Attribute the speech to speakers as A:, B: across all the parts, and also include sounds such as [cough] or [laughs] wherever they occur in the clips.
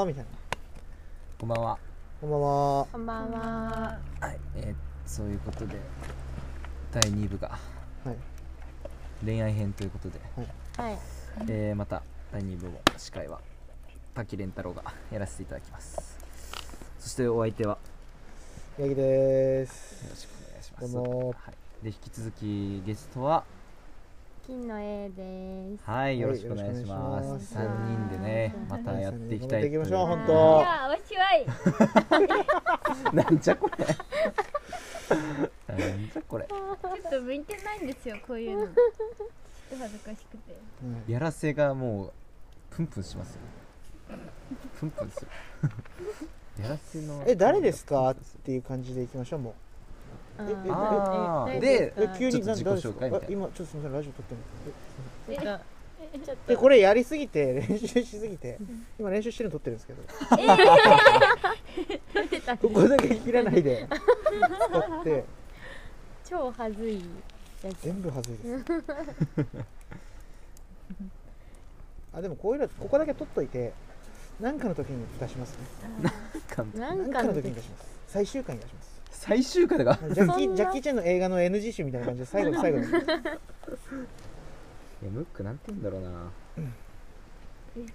A: あみたいな。
B: こんばんは。
A: こんばんは。
C: こんばんは。
B: はい、えーそういうことで第2部が
A: はい。
B: 恋愛編ということで、
C: はい。
B: えーまた第2部も司会は滝蓮太郎がやらせていただきます。そしてお相手は
A: 八木で
B: よろ
A: す。
B: しくお願いします。
A: どうも
B: はい、で引き続きゲストは
C: 金の A です。
B: はいよろしくお願いしま
A: よろ
B: す。
A: し
C: くお願いします
B: 3人でねまたやっていきたいとい
A: や
B: う
A: っていきましょう本
C: い
A: 当
C: や面白
B: [laughs]
C: い。
B: なんじゃこれ。なんじゃこれ。
D: ちょっと向いてないんですよこういうのお恥ずかしくて
A: うん
B: やらせがもうプンプンしますよプンプンする [laughs] やらせの
A: え、誰ですかっていう感じでいきましょう、も
B: あー
D: え
B: で
A: う。え、急
B: ち
A: に
B: ょっと
A: 何
B: 自己
A: 誰です
B: 紹
A: か
B: 介み
A: え
B: たいな
A: 今、ちょっとすみません、ラジオ撮ってもらって
D: えなんか
A: え、これやりすぎて、 [laughs] 練習しすぎて、今練習してるの撮ってるんですけど。 [laughs] ここだけ切らないで、撮って、
C: 超はずいやつ。
A: 全部はずいです。あ、でもこういうの、ここだけ撮っといて、なんかの時に出しますね。
B: 監督
C: なん
A: 何
C: か
A: かの
C: の
A: 時
C: 時
A: に出します最終回に出します
B: 最終回だが
A: ジャッキ
C: そん
A: ー
C: な
A: ジャッキーチェンの映画の NG 集みたいな感じで最後の最後に
B: いやムックなんて言うんだろうな
D: えね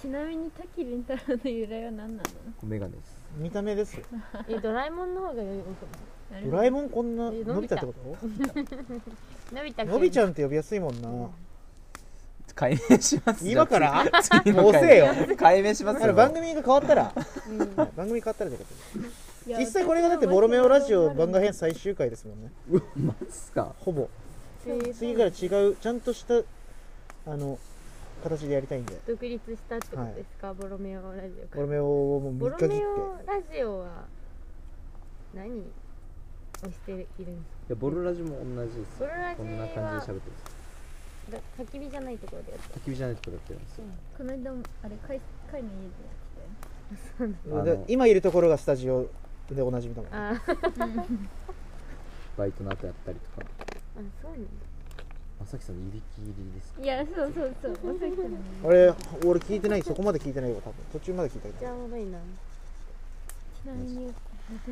D: ちなみに滝蓮太郎の由来は何なの
B: こうメガネです
A: 見た目ですよ
C: えドラえもんの方が
D: あれ
A: ドラえもんこんな伸
C: え伸
A: び
C: び
A: た
C: た
A: ってこと
C: 伸びた
A: 伸びち
C: ゃ
A: ゃんって呼びやすいもんな
B: 解明します
A: 今から
B: 次の
A: もう遅えよ
B: 回解明します
A: あ
B: よ
A: の番組が変わったら
C: ん。
A: [laughs]
C: うん
A: 番組変わったらってこと
D: いや
A: 実際これがだって「ボロメオラジオ」番外編最終回ですもんね
B: うわマジっすか
A: ほぼ
C: えー
A: 次から違うちゃんとしたあの形でやりたいんで
C: 独立したってことですか、ボロメオラジオ
A: ボ
C: から
A: ロメオをもう
C: ボ
A: 見
C: ロ
A: 限っ
C: メ
A: て
C: オラジオは何をしているんですか
B: いやボルラジも同じです
C: ボロラジ
B: こんな感じで
C: は
B: 喋ってます
C: だ焚き火じゃないところでやって
B: 焚き火じゃないとこでやってるんですよ
D: この間もあれ会会の家
B: あ
D: で
B: の
A: で今いるところがスタジオでおなじみだもんね
C: あーあ
D: やってたよ
B: バイトの後やったりとか
C: そうなんだ
B: まさきさんのいびき入り
A: [laughs]
B: ですか
D: いやそうそうそうまさきさんの
A: 俺俺聞いてないそこまで聞いてないよ多分途中まで聞いたけど
C: じゃあおもろいな
D: ちなみに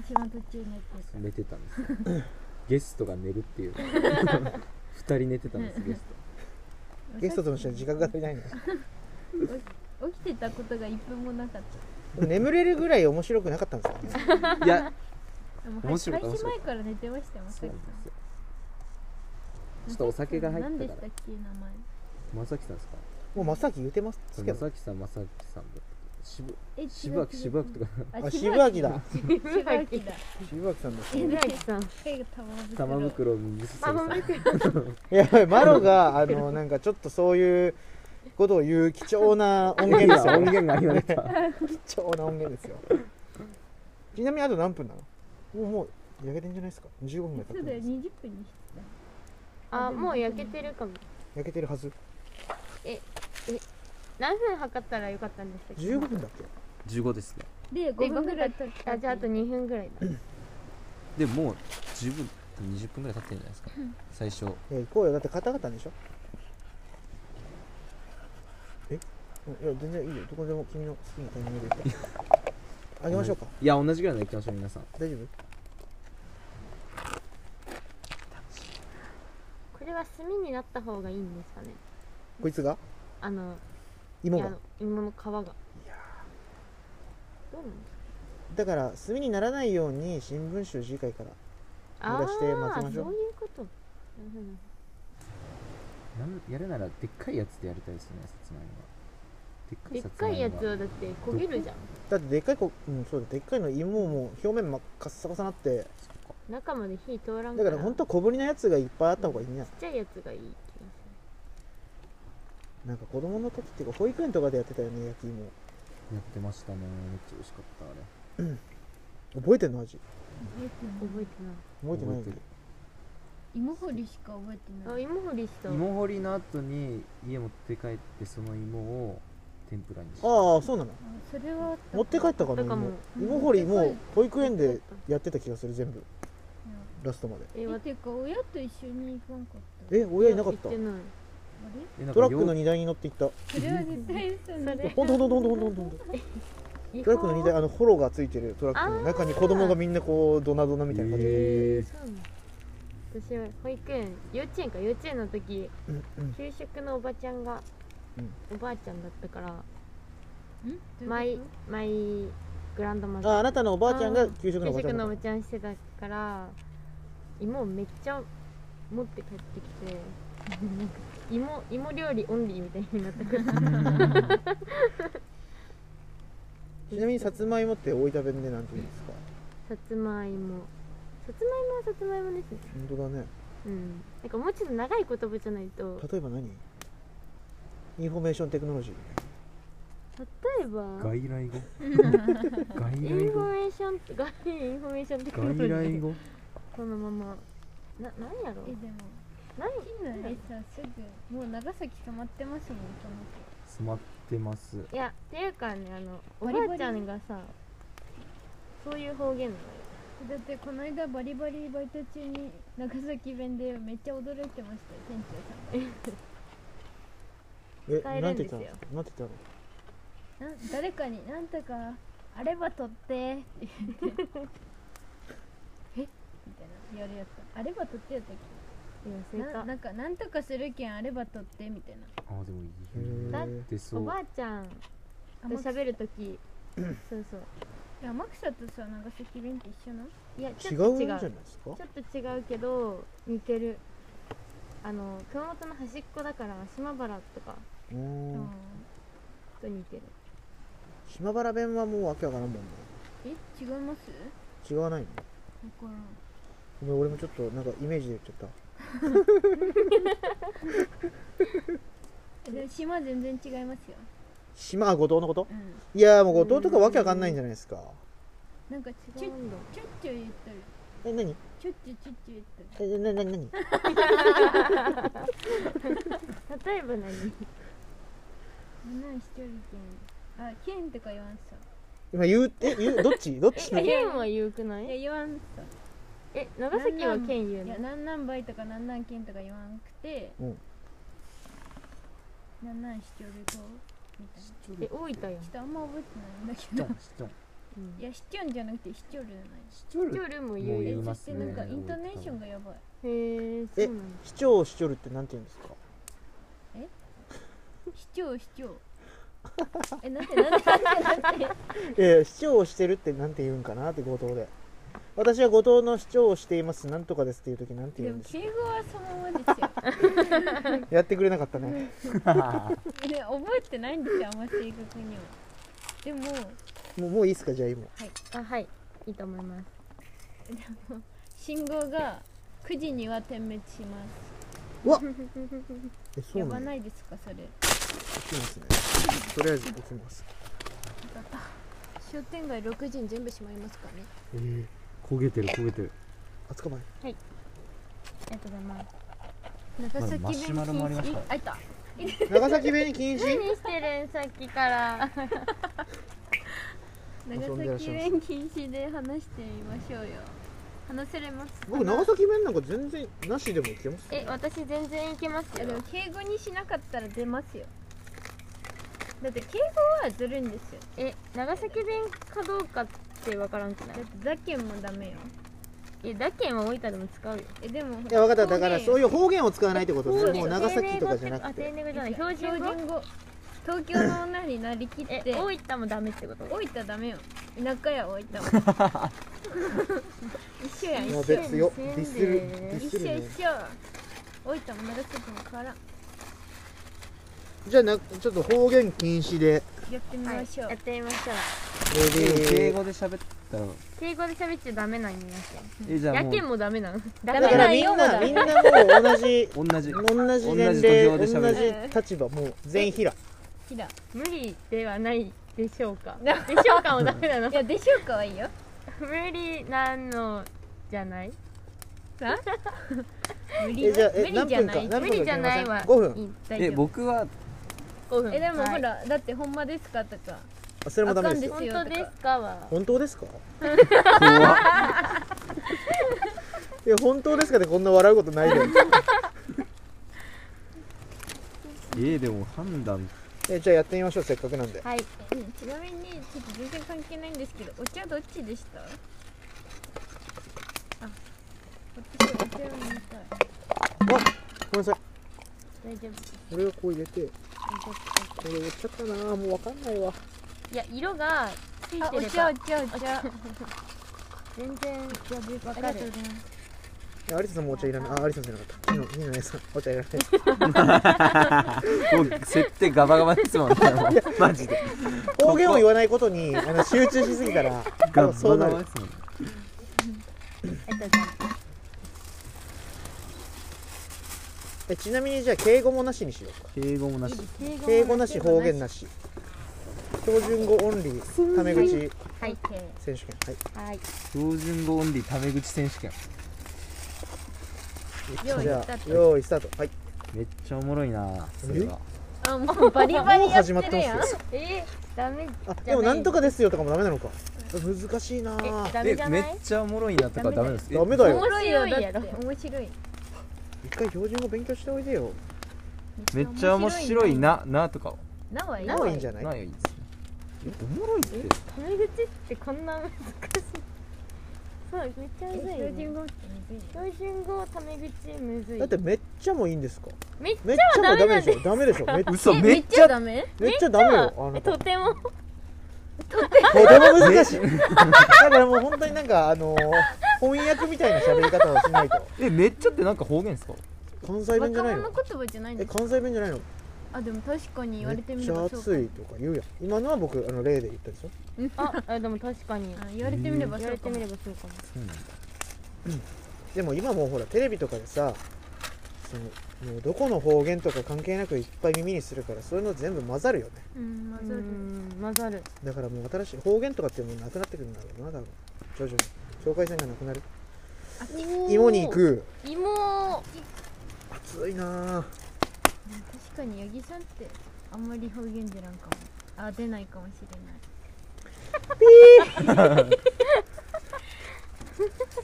D: 私は途中にやって
B: 寝てたんですよ
A: [laughs]
B: ゲストが寝るっていう二人寝てたんですゲスト
D: た
A: ゲストとの人に時間が足りないの
D: 起きてたことが一分もなかった
A: 眠れるぐらい面白くなかったんですかね
B: いや、
D: あもう
B: 面白い
D: 開
B: 面
D: 始
B: 白
D: 前
B: い
D: から寝てましたよまさ
B: そう
D: き
B: なんですよ。ちょ
D: さん
B: っとお酒が入っ
D: 何
B: た
D: で
B: か
D: した
B: ら
D: っ。け名前
B: まさきさんですか。
A: もうまさき言うてますけ
B: ま
A: ど
B: さきさん、まさきさんだ。しぶ、
D: え違う
B: しぶあき、
D: 違う
B: しぶあきとか、
A: あ渋谷だ
D: 渋谷駅だ。
A: [laughs] 渋谷さんです
C: え
A: ね
C: なぎさん
B: 玉
D: 玉袋。
B: 袋を右すさん。
C: 玉袋
A: やばいマロがあのなんかちょっとそういうことを言う貴重な音源です [laughs]
B: 今
A: よ
B: 音源が今出た。
A: 貴重な音源ですよちなみにあと何分なのもうもう焼けてんじゃないですか15分ぐらい経
D: そ
A: っ
D: うだ
A: て
D: よ、
A: る
D: 二十分にして
C: あもう焼けてるかも
A: 焼けてるはず
C: 何分測ったらよかったんでしたっけ
A: 15分だっけ
B: 十五ですね。
D: で、五分ぐらい経っ
C: あじゃああと2分ぐらいだ
B: でも、十分、二十分ぐらい経ってるんじゃないですか。最初。
A: いや行こうよだってカタカタでしょえいや全然いいよどこでも君の好きなタイミングで行ってあげましょうか
B: いや、同じぐらいの行きましょう、皆さん。
A: 大丈夫
C: これは炭になった方がいいんですかね
A: こいつが
C: あの
A: 芋
C: いや
A: が
C: あの芋の皮がどうなんです
A: だから炭にならないように新聞紙を次回から
C: か
A: 濡らして混ぜ
C: あ
A: ま
C: ー
A: しょう
C: そういうことうん
B: なんやるなら、でっかいやつでやりたいですね、さつまいもは。でっか
C: で
B: い
C: っ
B: さつ
C: か
B: まいも
C: いやつ
B: は
C: はだって焦げるじゃん
A: だってでっかいこうんそうだでっかいの芋も表面真っ赤っさかさなって
C: 中まで火通らんか
A: だからら本当小ぶりなやつがいっぱいあった方がいいんじゃない
C: ちっちゃいやつがいい気が
A: なんか子供の時っていうか保育園とかでやってたよね焼き芋
B: やってましたね。めっちゃ美味しかった、あれ。
A: 覚えてんの味
C: する
D: た。
C: 覚えてな
A: 覚えてないよ
B: 覚えてる
D: 芋掘りしか覚えてないい。
C: あ芋掘りした
B: 芋掘りの後に家持って帰ってその芋を天ぷらにして
A: ああそうなの
D: あそれはあた
A: 持って帰ったかな
C: なんか
A: 芋
C: も
D: う
A: 芋掘りもう保育園
C: 持っ
A: で
C: て帰っ
A: やってた気がする全部
D: うん
A: ラストまで
C: え
D: え、
C: わ
D: っていうか、親と一緒に行かんかった。
A: え親いなかった
C: 言てない
D: あ
B: えなんか
A: トラックの
B: よ
A: 荷台に乗って行った
D: れそれは絶対嘘
C: そ
D: ね
C: れ
A: ほんとほんとほんとほんとほんとほんと
C: 違
A: トラックの荷台
C: 法
A: あのホロがついてるトラックの中に子供がみんなこうドナドナみたいな感じで、
B: え
C: そうなの私は保育園幼稚園か幼稚園の時
A: うんうん
C: 給食のおばちゃんが、
A: うん
C: おばあちゃんだったから
D: ん
C: マイマイグランドマザ
A: あ
C: ー
A: あなたのおばあちゃんが
C: うん
A: 給食のおば
C: 給
A: ちゃ
C: 食
A: ん
C: の
A: だ
C: お
A: っ
C: ばちゃんしてたから芋をめっちゃ持って帰ってきてなんか芋芋料理オンリーみたいになったから
A: たちなみにさつまいもって大分弁でなんて言うんですか
C: さつまいもさつまいもはさつまいもですね
A: 本当だね
C: うんなんかもうちょっと長い言葉じゃないと
A: 例えば何インフォメーションテクノロジー
C: 例えば
B: 外来語外
C: インフォメーションって外インフォメーションってことで
B: 語
C: このままな何やろ
D: えでも
C: 何
D: 近来さすぐもう長崎止まってますもんこの人
B: 詰まってます
C: いやっていうかねあのお
D: バリバリ
C: ばあちゃんがさそういう方言なのよ
D: だってこの間バリバリバイト中に長崎弁でめっちゃ驚いてましたよ店
A: え
C: 使え
A: な
C: る
A: ん
C: ん
A: て
C: で
A: 言っ
C: す
A: た
C: よ
A: のなんて言っ
D: 長さんなん誰かになんとかあれば取ってって言ってえみたいな言われやったあれば取ってやったっけ
C: いや忘れ
D: な
C: た
D: なんかなんとかするけんあれば取ってみたいな
B: あでも
A: たの
C: う
A: へ
B: でそ
C: お
B: う
C: ばあちゃんと
D: 天草
C: 喋るときそうそう
D: いや天草とさ長崎弁って一緒なの
C: いや
A: え
C: ち
A: 違うん
C: ょっと
A: じ
C: 違
A: ゃな
C: う
A: いですか
C: ちょっと違うけど似てるあの熊本の端っこだから島原とか
A: うーん
C: と似てる
A: 島原弁はもうわけわからんもんね
D: え違います
A: 違わないの
D: だから
A: ご
D: ん
A: めん俺もちょっとなんかイメージで言っちゃっ
D: えでも島全然違いますよ
A: た島あ後藤のこと
D: うん
A: いやーもう後藤とかわけわかんないんじゃないですか
D: なんかちょち
C: 違
D: ょ
C: うんだ
D: ちょっちょ言っとる
A: え何
D: ちょっちょちょっちょ言っとる
A: えなな何
C: 例えば [laughs] 何
D: みんな一人けんあけんとか言わんさ
A: 今言うえ言うどっちどっちの
C: え県は言うくないい
D: や言わんさ
C: え長崎は県言う
D: い
C: の
D: やなんなんばいとかなんなんけんとか言わんくて
A: うん
D: なんなんしちょるとみたいなちょ
C: え大分やん、
D: っとあんま覚えてないんだけ
B: ちょ
D: ど
B: んちょん
C: うん
D: いやしちょんじゃなくてしちょるじゃない
B: しちょる
C: 夜も
B: も
C: 言
B: う言
C: う
B: い
C: よ
B: ま
D: そし
B: す
D: て
B: ね
D: なんかイントネーションがやばい
C: へえそうなんだ
A: 市長をしちょるってなんて言うんですか
D: 市長市長えなんてなんてなんてなんて
A: えー、市長をしてるってなんて言うんかなって後藤で私は後藤の市長をしていますなんとかですっていう時なんて
D: で
A: 言うん
D: も
A: ですか
D: 敬語はそのままですよ
A: やってくれなかったね
D: で覚えてないんですよあんま正確にはでも
A: もうもういいっすかじゃあ今
C: あはいいいと思います
D: 信号が9時には点滅します
A: えそう
D: や
A: な
D: ば
A: の
D: ないですかそれ
A: 起きますねとりあえず起きます
D: 商店街6時に全部閉まりますからね
B: えー焦げてる焦げてる
A: あ捕まえ
C: ありがとうございます
D: 長崎
B: マ
D: 弁
B: シュマロもありました
D: 禁止あいた
A: 長崎弁禁止
C: 何してるんさっきから
A: 遊んでらっ
D: 長
A: し
D: 崎
A: ゃいます
D: 弁禁止で話してみましょうよ話せれます
A: 僕長崎弁なんか全然なしでもいけます
C: え私全然いけます
D: いや
C: よ
D: でも敬語にしなかったら出ますよだって敬語はずるいんですよ
C: え長崎弁かどうかってわからんくな
D: だ
C: い
D: って「ざけん」もダメよ
C: えだけんは大分でも使うよ
D: えでも
A: いや分かっただからそう
D: い
A: いう方言を使わないってこと
C: 方
A: ね
C: 言
A: もう長崎とかじゃなく
C: 丁
A: て
C: 寧語ってあ丁寧語じゃない標
D: 標
C: 準
D: 準
C: 語
D: 語東京の女になりきっ
C: え
D: て
C: 大分もダメってこと
D: 置いたらダメよ田舎や置いたは
C: [laughs]
D: 一緒やん一
A: もう
D: 緒やん
A: 別よ
C: せんべい
A: ディスるディス
D: 一
A: る
D: 緒
A: ね
D: 一緒置いたも長崎も変わらん
A: じゃあなちょっと方言禁止で
D: やってみ
C: はい
D: ましょう、
C: やってみましょう
A: レディー
B: 敬語で喋ったら
C: 敬語で喋っちゃダメなんや
B: えじゃあ
C: や
B: も
C: けんもダメなんダ
A: だから
C: ん
A: みん
C: よ
A: な
C: まだ
A: みんなもう同じ
B: う同じ
A: 同じ年
B: 同
A: 齢
B: じ土
A: 同
B: 俵で喋
A: じ
D: る
A: 立場もう全員平
D: ひら
C: 無理ではないでしょうかでしょうかもダメだない
D: やでしょうかはいいよ
C: 無理なのじゃない
D: 無理
A: えじゃあえ
D: 無
A: 何
D: 理じゃ
A: 分
D: な
A: か
D: い
A: 何
C: 無
A: 分か
C: 理じゃないは
A: 5分
C: いい大丈
B: え
C: 夫
B: 僕は
C: 5分
D: えでもほ
C: はい
D: ら、だってほんまですかとか
A: あそれもダメですよ
C: 本当ですかは
A: 本当ですか
B: 怖っ
A: [laughs] いや本当ですかってこんな笑う
C: [laughs]
A: ことないで
B: えーでも判断
A: えじゃあやってみましょうせっかくなんで
C: はい
D: うんちなみにちょっと全然関係ないんですけどお茶どっちでしたあ私お茶を飲みたい
A: ごめんなさい
C: 大丈夫
A: これをこう入れてこれお茶かなもうわかんないわ
C: いや色がつい
D: あ
C: て
D: お
C: れ
D: 茶
C: ば
D: お茶お茶
C: 全然
D: わ
C: ありが
D: か
C: とう
D: る
C: ございます
A: いやアリサさんもお茶いらないあアリサさんじゃなかったニノニノ姉さんお茶いらない
B: もう設定ガバガバですもんねもうマジで
A: 方言を言わないことにあの集中しすぎたら
B: ガバ
A: そう
B: ガ
A: な
B: バ
A: る
B: ですもんね
C: ありがとうございます
A: えちなみにじゃあ敬語もなしにしようか
B: 敬語もなし
A: 敬語なし方言なし標準語オンリータメ口
C: はい
A: 選手権はい
C: はい
B: 標準語オンリータメ口選手権
C: 用意
A: じゃ
C: スター
A: あ
C: ト
A: 用意スタートはい
B: めっちゃおもろいなそれは
C: あもうバリバ
A: もう
C: リやっ
A: 始
C: て
A: まって
C: る
A: ま
C: やん
A: すよ
C: えダメ
A: あでもなんとかですよとかもダメなのか難しいな
C: え
A: ぁ
C: ダメ
B: え
C: じゃな
B: めっ
C: い
B: ちゃおもろいなとかダメです
A: ダメ
B: だ
A: だ
C: 面
A: よ
C: 白いよだっ
D: 面白いやろ
C: て面白い
A: 一回標準語勉強しておいでよ
B: めっちゃ面白いななとか
D: なはいい
A: もういいんじゃない
B: ないいですねえおもろいって
C: タメ口ってこんな難しいそうめっちゃむずいよ、
D: 標
C: ね、
D: 準語ってむずい
C: 標準語タメ口むずい
A: だってめっちゃもいいんですか
C: めっ
A: めっちゃもダメでしょダメでしょめっ
B: 嘘
C: え
B: めっちゃ
C: ダメ
A: めっちゃダメよあ
C: え
A: なた
C: とても
A: とても難しいだからもう本当になんかあの翻訳みたいな喋り方をしないと
B: えめっちゃってなんか方言ですか
A: 関西弁じゃ
D: 若
A: ない
D: 者
A: の
D: 言葉じゃないん
A: え
D: です
A: 関西弁じゃないの
D: あでも確かに言わ
A: め
D: れ
A: って
D: み
A: ちゃ
D: ればそうか
A: 暑いとか言うやん今のは僕あの例で言ったでしょ
C: ああでも確かに
D: あ言われてみれば
C: 言
D: そ
C: わ
D: う
C: れ
D: か
C: て
D: も
C: みればそうかも
B: そうなんだ
A: でも今もうほらテレビとかでさそのもうどこの方言とか関係なくいっぱい耳にするからそういうの全部混ざるよね
D: うん混
C: う
D: ざる
C: ん混ざる
A: だからもう新しい方言とかってもうなくなってくるんだろうな多分徐々に境界線がなくなる芋に行く
C: 芋
A: 暑いなぁ
D: 確かに八木さんってあんまり方言出らんかもあ出ないかもしれない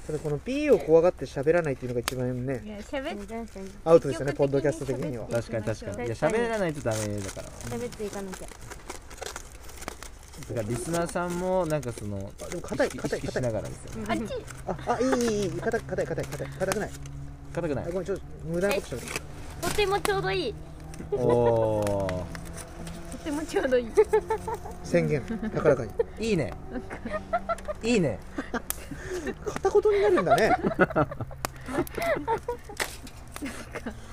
A: ただこの P を怖がって喋らないっていうのが一番ね
D: いや喋っ
C: 確かに
A: アウトですよねポッドキャスト的には
B: 確かに確かにいや
C: 確かに
B: 喋らないとダメだから
C: 喋っていかなきゃ
B: だからリスナーさんもなんかその
A: あでも硬い
B: 意識
A: 硬い
B: 意識し
A: 硬い
B: ながらですよね
C: [laughs]
D: あっち
A: ああいいいいいい硬い硬い硬い硬い硬くない
B: 硬くな
A: あ
B: い
A: ごめんちょっと無駄なことしゃべる
C: とてもちょうどいい
B: おお
D: とてもちょうどいい
A: 宣言高らかに
B: ーいいねいいね
A: 片言になるん
C: [laughs]
A: だね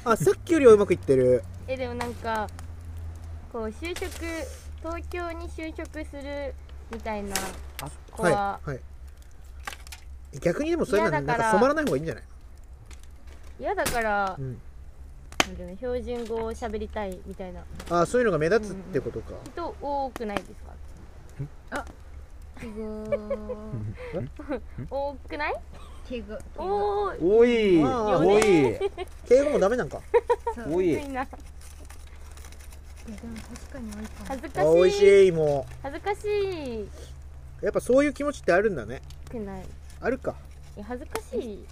A: あさっきよりはうまくいってる
C: えでもなんかこう就職東京に就職するみたいな
B: あ
C: 子
A: はい
C: は
A: はい逆にでもそういうのは
C: 嫌
A: なん
C: だから
A: か染まらない方がいいんじゃない、
C: 嫌だから
A: うん、
C: なんていうの標準語を喋りたいみたいな
A: あそういうのが目立つってことか、
C: 人多くないですか
D: すご
C: 多くない
D: い手が
C: 多い
B: 多い
A: あ
B: 多い
A: 敬語もダメなんか
B: 多い
C: みんな
D: でも確かに多いかも
C: 恥ずか
A: あ美味
C: し
A: し
C: い
A: い芋
C: 恥ずかし
A: やっぱそういう気持ちってあるんだね
C: くない
A: あるか
C: いや恥ずかしい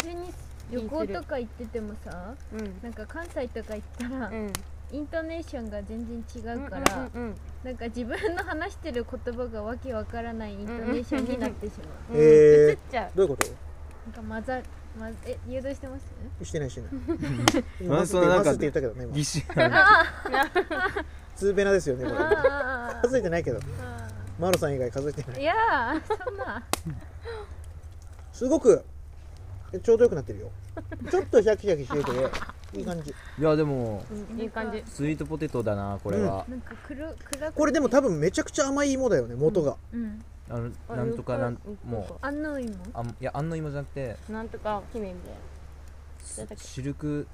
D: 普通に旅行とか行っててもさ
C: うん
D: なんか関西とか行ったら、
C: うん
D: イントネーションが全然違うから、
C: うんうん
D: なんか自分の話してる言葉がわけわからないイントネーションになってしま
C: う
D: う、
C: んうん
A: へー
C: 映っちゃう
A: どういうこ
D: なんか混ざ混ざえ誘導してます
A: としてないしてない [laughs]
B: な
A: 今
B: んその
A: マスって
B: な
A: マ
B: んか
A: スって言ったけどね今
B: 義手
A: ツーベナですよねこれ
D: あ
A: 数えてないけどマロさん以外数えてない
D: [laughs] あいやーそんな
A: すごくちょうどよくなってるよちょっとシャキシャキしてていい感じ
B: いやでも
C: うんいい感じ
B: スイートポテトだなこれは、
D: なんか黒暗くて
A: これでも多分めちゃくちゃ甘い芋だよね元が、
D: うん
B: あのなんとかなん
C: あ
B: もう
D: あんの芋
B: あんいやあんの芋じゃなくて
C: なんとか姫みたいな
B: シシルク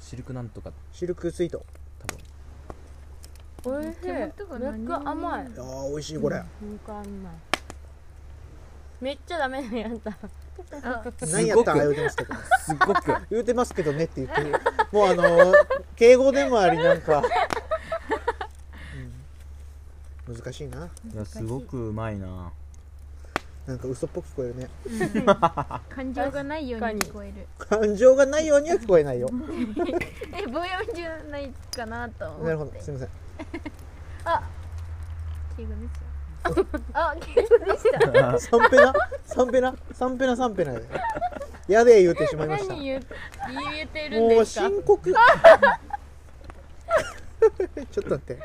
B: シルクなんとか
A: シルクスイート
B: 多分
C: おいしい
D: 手元が
C: め
D: 何
C: っちゃ甘い
A: あー美味しいこれ、
C: なんか甘いめっちゃダメなやった
D: あ
A: 何やった
B: すごく
A: ら言うてますけど
B: すっごく [laughs]
A: 言うてますけどねって言ってるもうあのー敬語でもありなんか、うん難しいない
B: やすごくうまいな
A: なんか嘘っぽく聞こえるね
D: 感情がないように聞こえる
A: 感情がないようには聞こえないよ
D: え棒読みじゃないかなと
A: なる
D: 思
A: ほ
D: っ
A: ど
D: て
A: すいません
D: あ毛組ですよ
C: あ敬語でした
A: 三ペナ三ペナ三ペナ三ペナでやで言うてしまいました
C: 何言う言えてるん
A: も
C: で
A: う
C: すか
A: 深刻 [laughs] ちょっと待って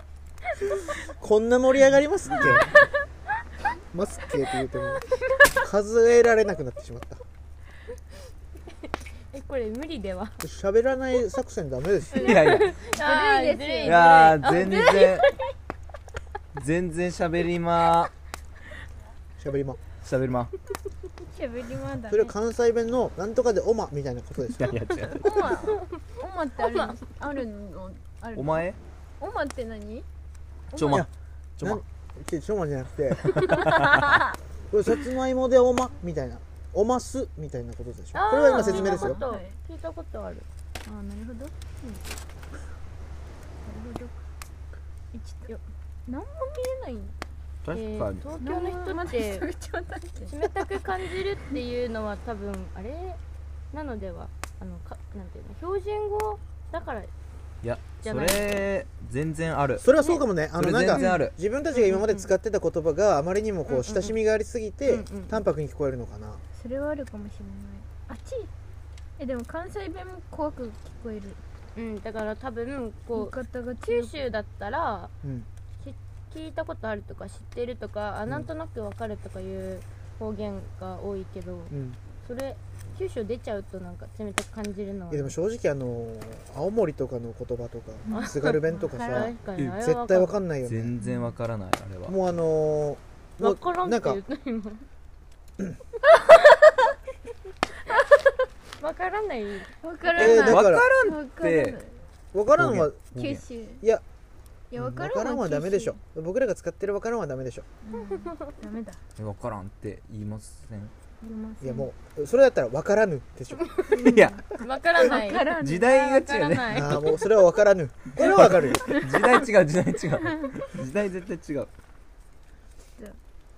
A: こんな盛り上がりますっけますっけって言うても数えられなくなってしまった
C: えこれ無理では
A: 喋らない作戦ダメですよ
B: いや
C: [laughs]
B: いや
C: あー
D: ずるいで
B: い
D: すよ
C: ずる
B: やー全然全然喋りま
A: 喋りま
B: 喋りま
D: しゃべりまだ
A: それ
D: ね
A: は関西弁のなんとかでおまみたいなことです
B: いやいや違う
D: オマオマってあるのあるのあるの
B: お前
D: オマって何
B: ちょ
A: い
B: ま
A: や
B: ちょま
A: ちょちょまじゃなくてこれさつまいもでおまみたいなおますみたいなことでしょ
C: あー
A: これは今説明ですよ
C: 聞いたこと聞いたことある
D: あーなるほど、うんなるほどえちょっとよ何も見えない
B: 確かに
C: えー東京の人って
D: 何もちょっと待って
C: 冷たく感じるっていうのは多分あれなのではあのかなんていうの標準語だから
B: いや
C: じゃ
B: そ
C: ない
B: れ全然ある
A: それはそうかもねあの
B: それ
A: なん
B: 全然あ
A: か
B: る
A: 自分たちが今まで使ってた言葉があまりにもこ
C: うん
A: う親しみがありすぎて
C: うんうん
A: 淡白に聞こえるのかな
D: [laughs] それはあるかもしれないあっちえでも関西弁も怖く聞こえる
C: うんだから多分
D: 言
C: こ
D: いう方が強
C: 九
D: く
C: 州だったら
A: うん
C: 聞いたことあるとか知ってるとかあ
A: ん
C: なんとなくわかるとかいう方言が多いけど
A: うん
C: それ九州出ちゃうとなんか冷たく感じるのはい
A: やでも正直あの青森とかの言葉とか津軽弁とかさ
C: 確かにあれは
A: 絶対わかんないよね
B: 全然わからないあれは
A: もうあのーもう
C: わからん
A: な
C: っ
A: ん
C: て
A: か
C: 言った今 [laughs] わからない
D: わからない、
A: えーだ
B: わ
A: か
B: かららん
D: わから
A: わからん
D: ない
A: は
B: 方
D: 九
B: 言
D: 州い
A: いや
D: やわ
A: わ
D: からん
A: からんはダメでしょ
D: 九
A: 僕らが使ってるわからんはダメでしょ
D: 州、うんダメだ
B: えわからんって言いません
D: 言いません
A: いやもうそれだったらわからぬでしょ
B: いや
C: わからな
D: わ
C: い
D: からん
B: 時
C: あ
B: 代
C: ーわ
B: が
C: か
B: 違う
C: ら
B: ね
C: ない
A: ああもうそれはわからぬこれはわかるよ
B: 時代違う時代違う時代絶対違う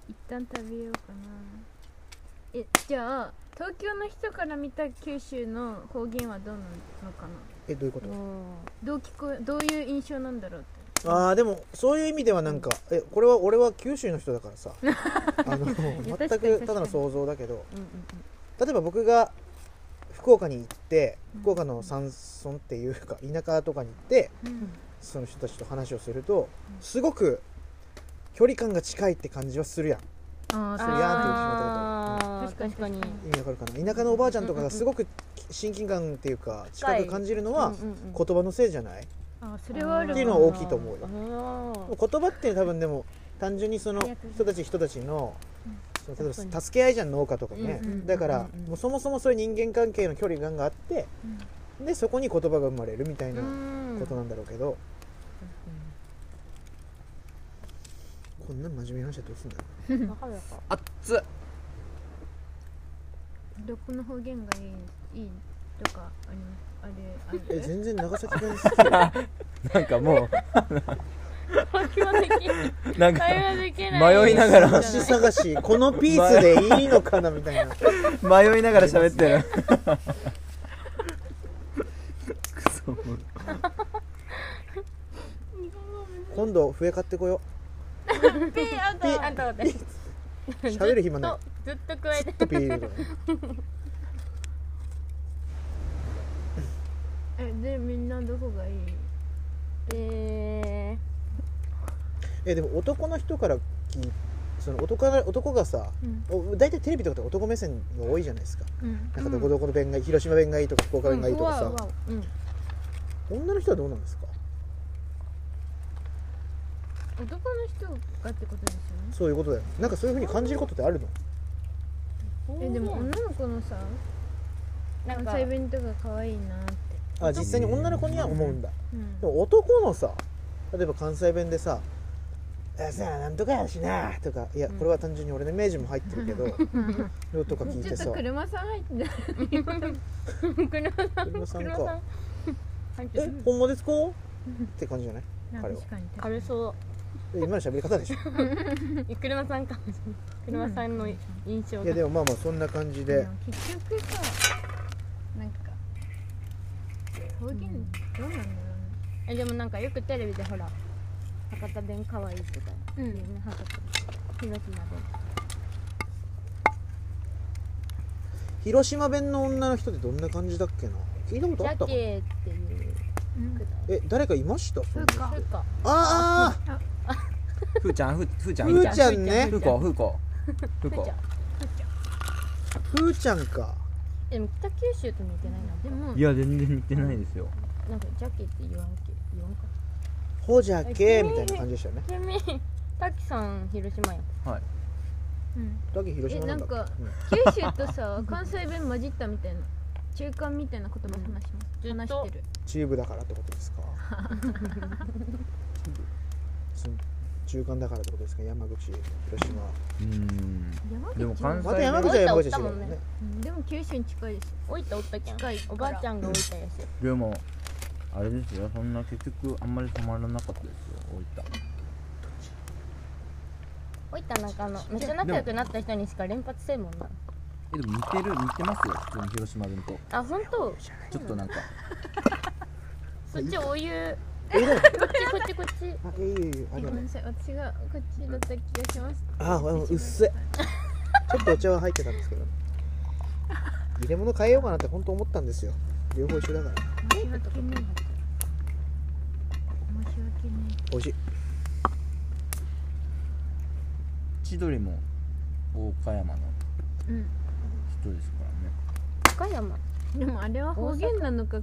D: 一旦食べようかなえじゃあ東京の人から見た九州の方言はどうなのかな
A: [laughs] えどういうこと
D: どう聞こえどういう印象なんだろうって
A: あーでもそういう意味ではなんか、えこれは俺は九州の人だからさあの
C: 確か
A: 全
C: に確か
A: く
C: に
A: ただの想像だけど
C: うんうん
A: 例えば僕が福岡に行って福岡の山村っていうか田舎とかに行って
D: うん
A: その人たちと話をするとすごく距離感が近いって感じはするやん
D: ああ
C: う
D: そ
C: ん
A: そ
D: れ
A: れやんって言ってし
C: あ
D: まっ
C: ー
D: たこと
C: 確かに
D: 確か
A: 意味わかるかな田舎のおばあちゃんとかがすごく親近感っていうか近く感じるのは
C: うんうんうん
A: 言葉のせいじゃない
D: あーそれはあるわ
A: っていうのは大きいと思うよ
C: よ
A: 言葉って多分でも単純にその人たち人たちの
D: うん
A: その例
C: 確
A: え
C: か
A: ば助け合いじゃん農家とかね、
C: うんうんうんうん
A: だからもうそもそもそういう人間関係の距離感があって
D: うん
A: でそこに言葉が生まれるみたいな
C: うん
A: ことなんだろうけど、こんな真面目な話はどうすんだろう
C: [laughs] わかるわか
A: [laughs]
C: る
B: あっつ
D: どこの方言がいいいいとかありますあれある
A: え全然長崎
C: [laughs]
A: 弁好きよ
B: なんかも
C: 会話できないう
B: なんか
C: 会話できない
B: 迷いながら
A: 足探しこのピースでいいのかなみたい
C: [laughs]
A: な
B: 迷いながら喋ってるくそ
A: 今度笛買ってこよ
C: ピーあんたあんた私
A: う喋る暇な
C: ずっと加えて
A: いピール
D: えでみんなどこがいい
C: え
A: えでも男の人から聞いその男が男がさ
D: うん
A: お大体テレビとかって男目線が多いじゃないですか
D: うん
A: なんかどこどこの弁がいい広島弁がいいとか福岡弁がいいとかさ、
C: うん
A: 女の人はどうなんですか
D: 男の人がってことですよね
A: そういうことだよねなんかそういうふうに感じることってあるの
D: えでも女の子のさ
C: なんか
D: 関西弁とか可愛いなって
A: あ実際に女の子には思うんだ
D: うん
A: でも男のさ例えば関西弁でさ「あさあなんとかやしな」とかいやこれは単純に俺のイメージも入ってるけど、とか聞い
D: [laughs] ち
A: て
D: ょっ
A: さ
D: と車さん入って
C: 車さん
A: 車さん
C: 車さ
A: か
C: ん入
A: 「
C: って
A: え
C: る
A: ほんまですか?」って感じじゃない
D: な
A: 彼は
D: 確かに
C: あれそう
A: で今の喋り方でしょ
C: 車さんかもしれない車さんの印象
A: いや
C: が
A: でもまあまあそんな感じ
D: で
A: で
D: も結局さなんか方言どうなんだろうね
C: えでもなんかよくテレビでほら博多弁可愛いとか
D: う
C: 言うね
D: ん
C: 博多広島弁
A: 広島弁の女の人ってどんな感じだっけな聞いたこ
C: ジ
A: とあっ
C: ャ
A: たかな
C: ケっていうくだ
A: え誰かいましたそんな人
D: ふうか
C: ふうか
A: ああ
B: ふーちゃんふーふーちゃん
A: ふーちゃん
B: ふ
A: ね
B: ーこふーこふー
C: ふうち
B: こ
C: ゃん
A: ふーちゃんか
C: でも北九州と似てないな
D: でも
B: いや全然似てないですよ
C: なんかジャケって言わんけ言わんか
A: ほじゃけみたいな感じでしたよね
C: 君たきさん広島やん
B: はい
D: うん
A: だけ広島なんだっけ
D: えなんか
A: うん
D: 九州とさ関西弁混じったみたいな中間みたいなことも話します、
C: うん
D: 話してる
A: 中部だからってことですかその中間だからってことですか山口広島
B: うーん
D: 山口
B: でも関
A: ま
B: 西
A: た
B: 弁
A: 山口は山口
C: 大分おったも
A: も
C: んね
A: ね
D: うんでも九州に近いです
C: おいたおったけん
D: 近いから
C: おばあちゃんがおいたやし
B: でもあれですよそんな結局あんまり止まらなかったですよ大分
C: おいたなんかあのめっちゃ仲良くなった人にしか連発せんもんな
B: えでも似てる似てますよ普通に広島弁と
C: あ本当
B: ちょっとなんか
C: そっちお湯
A: えどう
C: こっちこっちこっち
A: あいいよいいよあ
D: ご
A: りがと
D: めんな
A: う
D: さい私がこっちだった気がします
A: あほらうっせちょっとお茶は入ってたんですけど入れ物変えようかなって本当思ったんですよ両方一緒だから
D: 申し訳ない申し訳ない
A: 美味しい
B: 千鳥も岡山の
D: うん
B: 人ですからね
C: 岡山
D: でもあれは方言なのか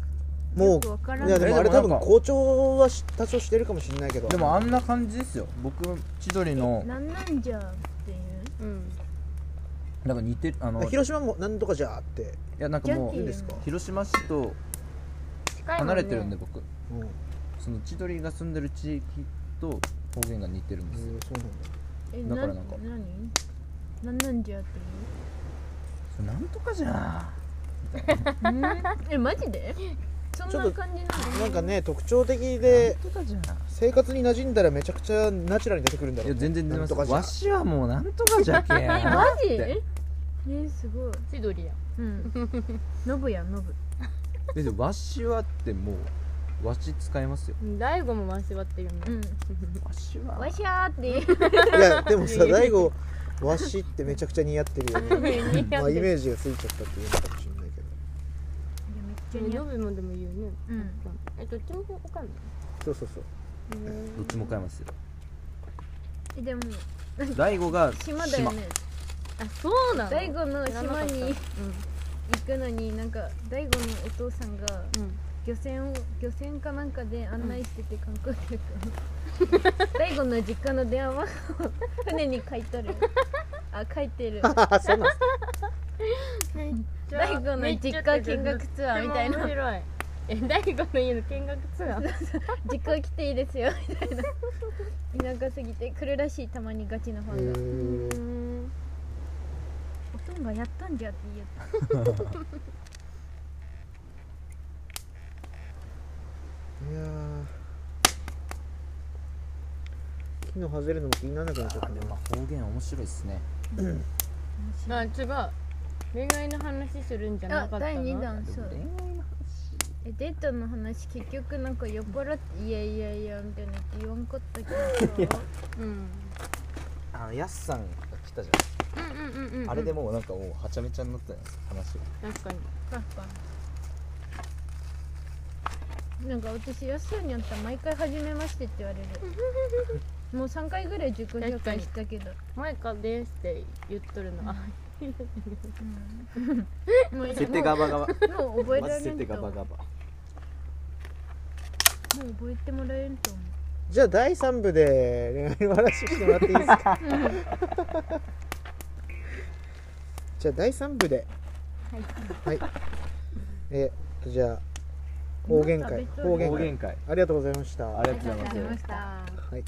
A: も
D: よくわか
A: う
D: ら
A: いや
D: ない
A: でもあれ多分校長はし多少してるかもしれないけど
B: でもあんな感じですよ僕千鳥の
D: なんなんじゃっていう
C: うん
B: なんか似てるあのい
A: 広島も何とかじゃあって
B: やなんかも
D: ジャン
A: いい
D: キ
A: ん
B: う
D: ー
A: ですか、
B: 広島市と
C: 近いもん
B: 離
C: ね
B: れてるんで僕
A: うんえ
B: その千鳥が住んでる地域と方言が似てるん
A: ー
B: ですよ
A: そうなんだ
D: え
B: だからなんか
D: な何なんなんじゃ [laughs] っていう
B: それなんとかじゃ
D: うんえマジでそんな感じなの
A: なんかね特徴的
B: ー
A: で
B: なんとかじゃー
A: 生活に馴染んだらめちゃくちゃナチュラルに出てくるんだ
B: い
A: ろ
B: や
A: う
B: 全然出ます
A: なんとかじゃ
B: わしはもうなんとかじゃけん
D: [laughs] えマジ
B: って
D: ええすごい
C: 千鳥や
D: [laughs] うんノブやノブ
B: ででわしはってもうわし使いますよ
C: 大悟もわしわって言うんだ
D: うん
B: わしは
D: わしゃーっていう
A: いやでも [laughs] さ大悟わしってめちゃくちゃ似合ってるよ
D: [laughs]
A: ね
C: 似
A: ま
C: 合
A: あ
C: っ
A: イ
C: てる
A: メージがついちゃったっていうのかもしれないけど
D: めっち
C: で
D: ゃ
C: も呼
D: 似合う
C: ぶもでも言うね
D: うん
C: えどっちも岡山
A: そうそうそう
B: どっちも買いますよ
D: えでも
B: 大悟が
D: 島だよね
C: あそうなの
D: 大悟の
C: 知らなか
D: 島
C: った
D: に行くのになんか大悟のお父さんが
C: うんうん
D: 漁船を漁船かなんかで案内してて観光客の大悟の実家の電話番号を船に書いとるあ書いてる
A: あそうなんですか
D: 大悟の実家見学ツアーみたい
C: めっちゃ
D: な
C: 面白いえ大悟の家の見学ツアー
D: 実家来ていいですよみたいな田舎すぎて来るらしいたまにガチのファンが、
A: へー
C: ん
D: おとんがやったんじゃって言う
A: いやー木の外れるのも気にならなくなっちゃった
B: あ
A: ね
B: でも方言面白いですね
C: あ違う恋愛の話するんじゃなかった
D: あ
C: の
D: 第2弾そう
B: 恋愛の話
D: えデートの話結局なんか酔っ払って「いやいやいや」みたいなって言わんかったけどさ
C: うん
B: あのやすさんが来たじゃん、
C: うんうんうんうん
B: あれでもうなんかもうはちゃめちゃになったじゃないですか話が
C: 確かに
D: パンパンなんか私安さんに会ったら毎回「初めまして」って言われるもう3回ぐらい自己紹介したけど、
C: マイカですって言っとるのあ
B: [laughs]
D: うんもう
B: 設定ガバガバ
D: もう覚え
B: ま
D: ら
B: ず
D: れ
B: 設定
D: んと
B: ガ
D: 思
B: バガ
D: うも
B: バ
D: う覚えてもらえんと思う
A: じゃあ第3部で恋愛の話してもらっていいですかじゃあ第3部ではい、えーじゃあ方言会
D: 今食べとる
A: 方言
B: 方
A: 会
B: 言会
A: ありがとうございました
B: ありがとうございます
D: した
A: はい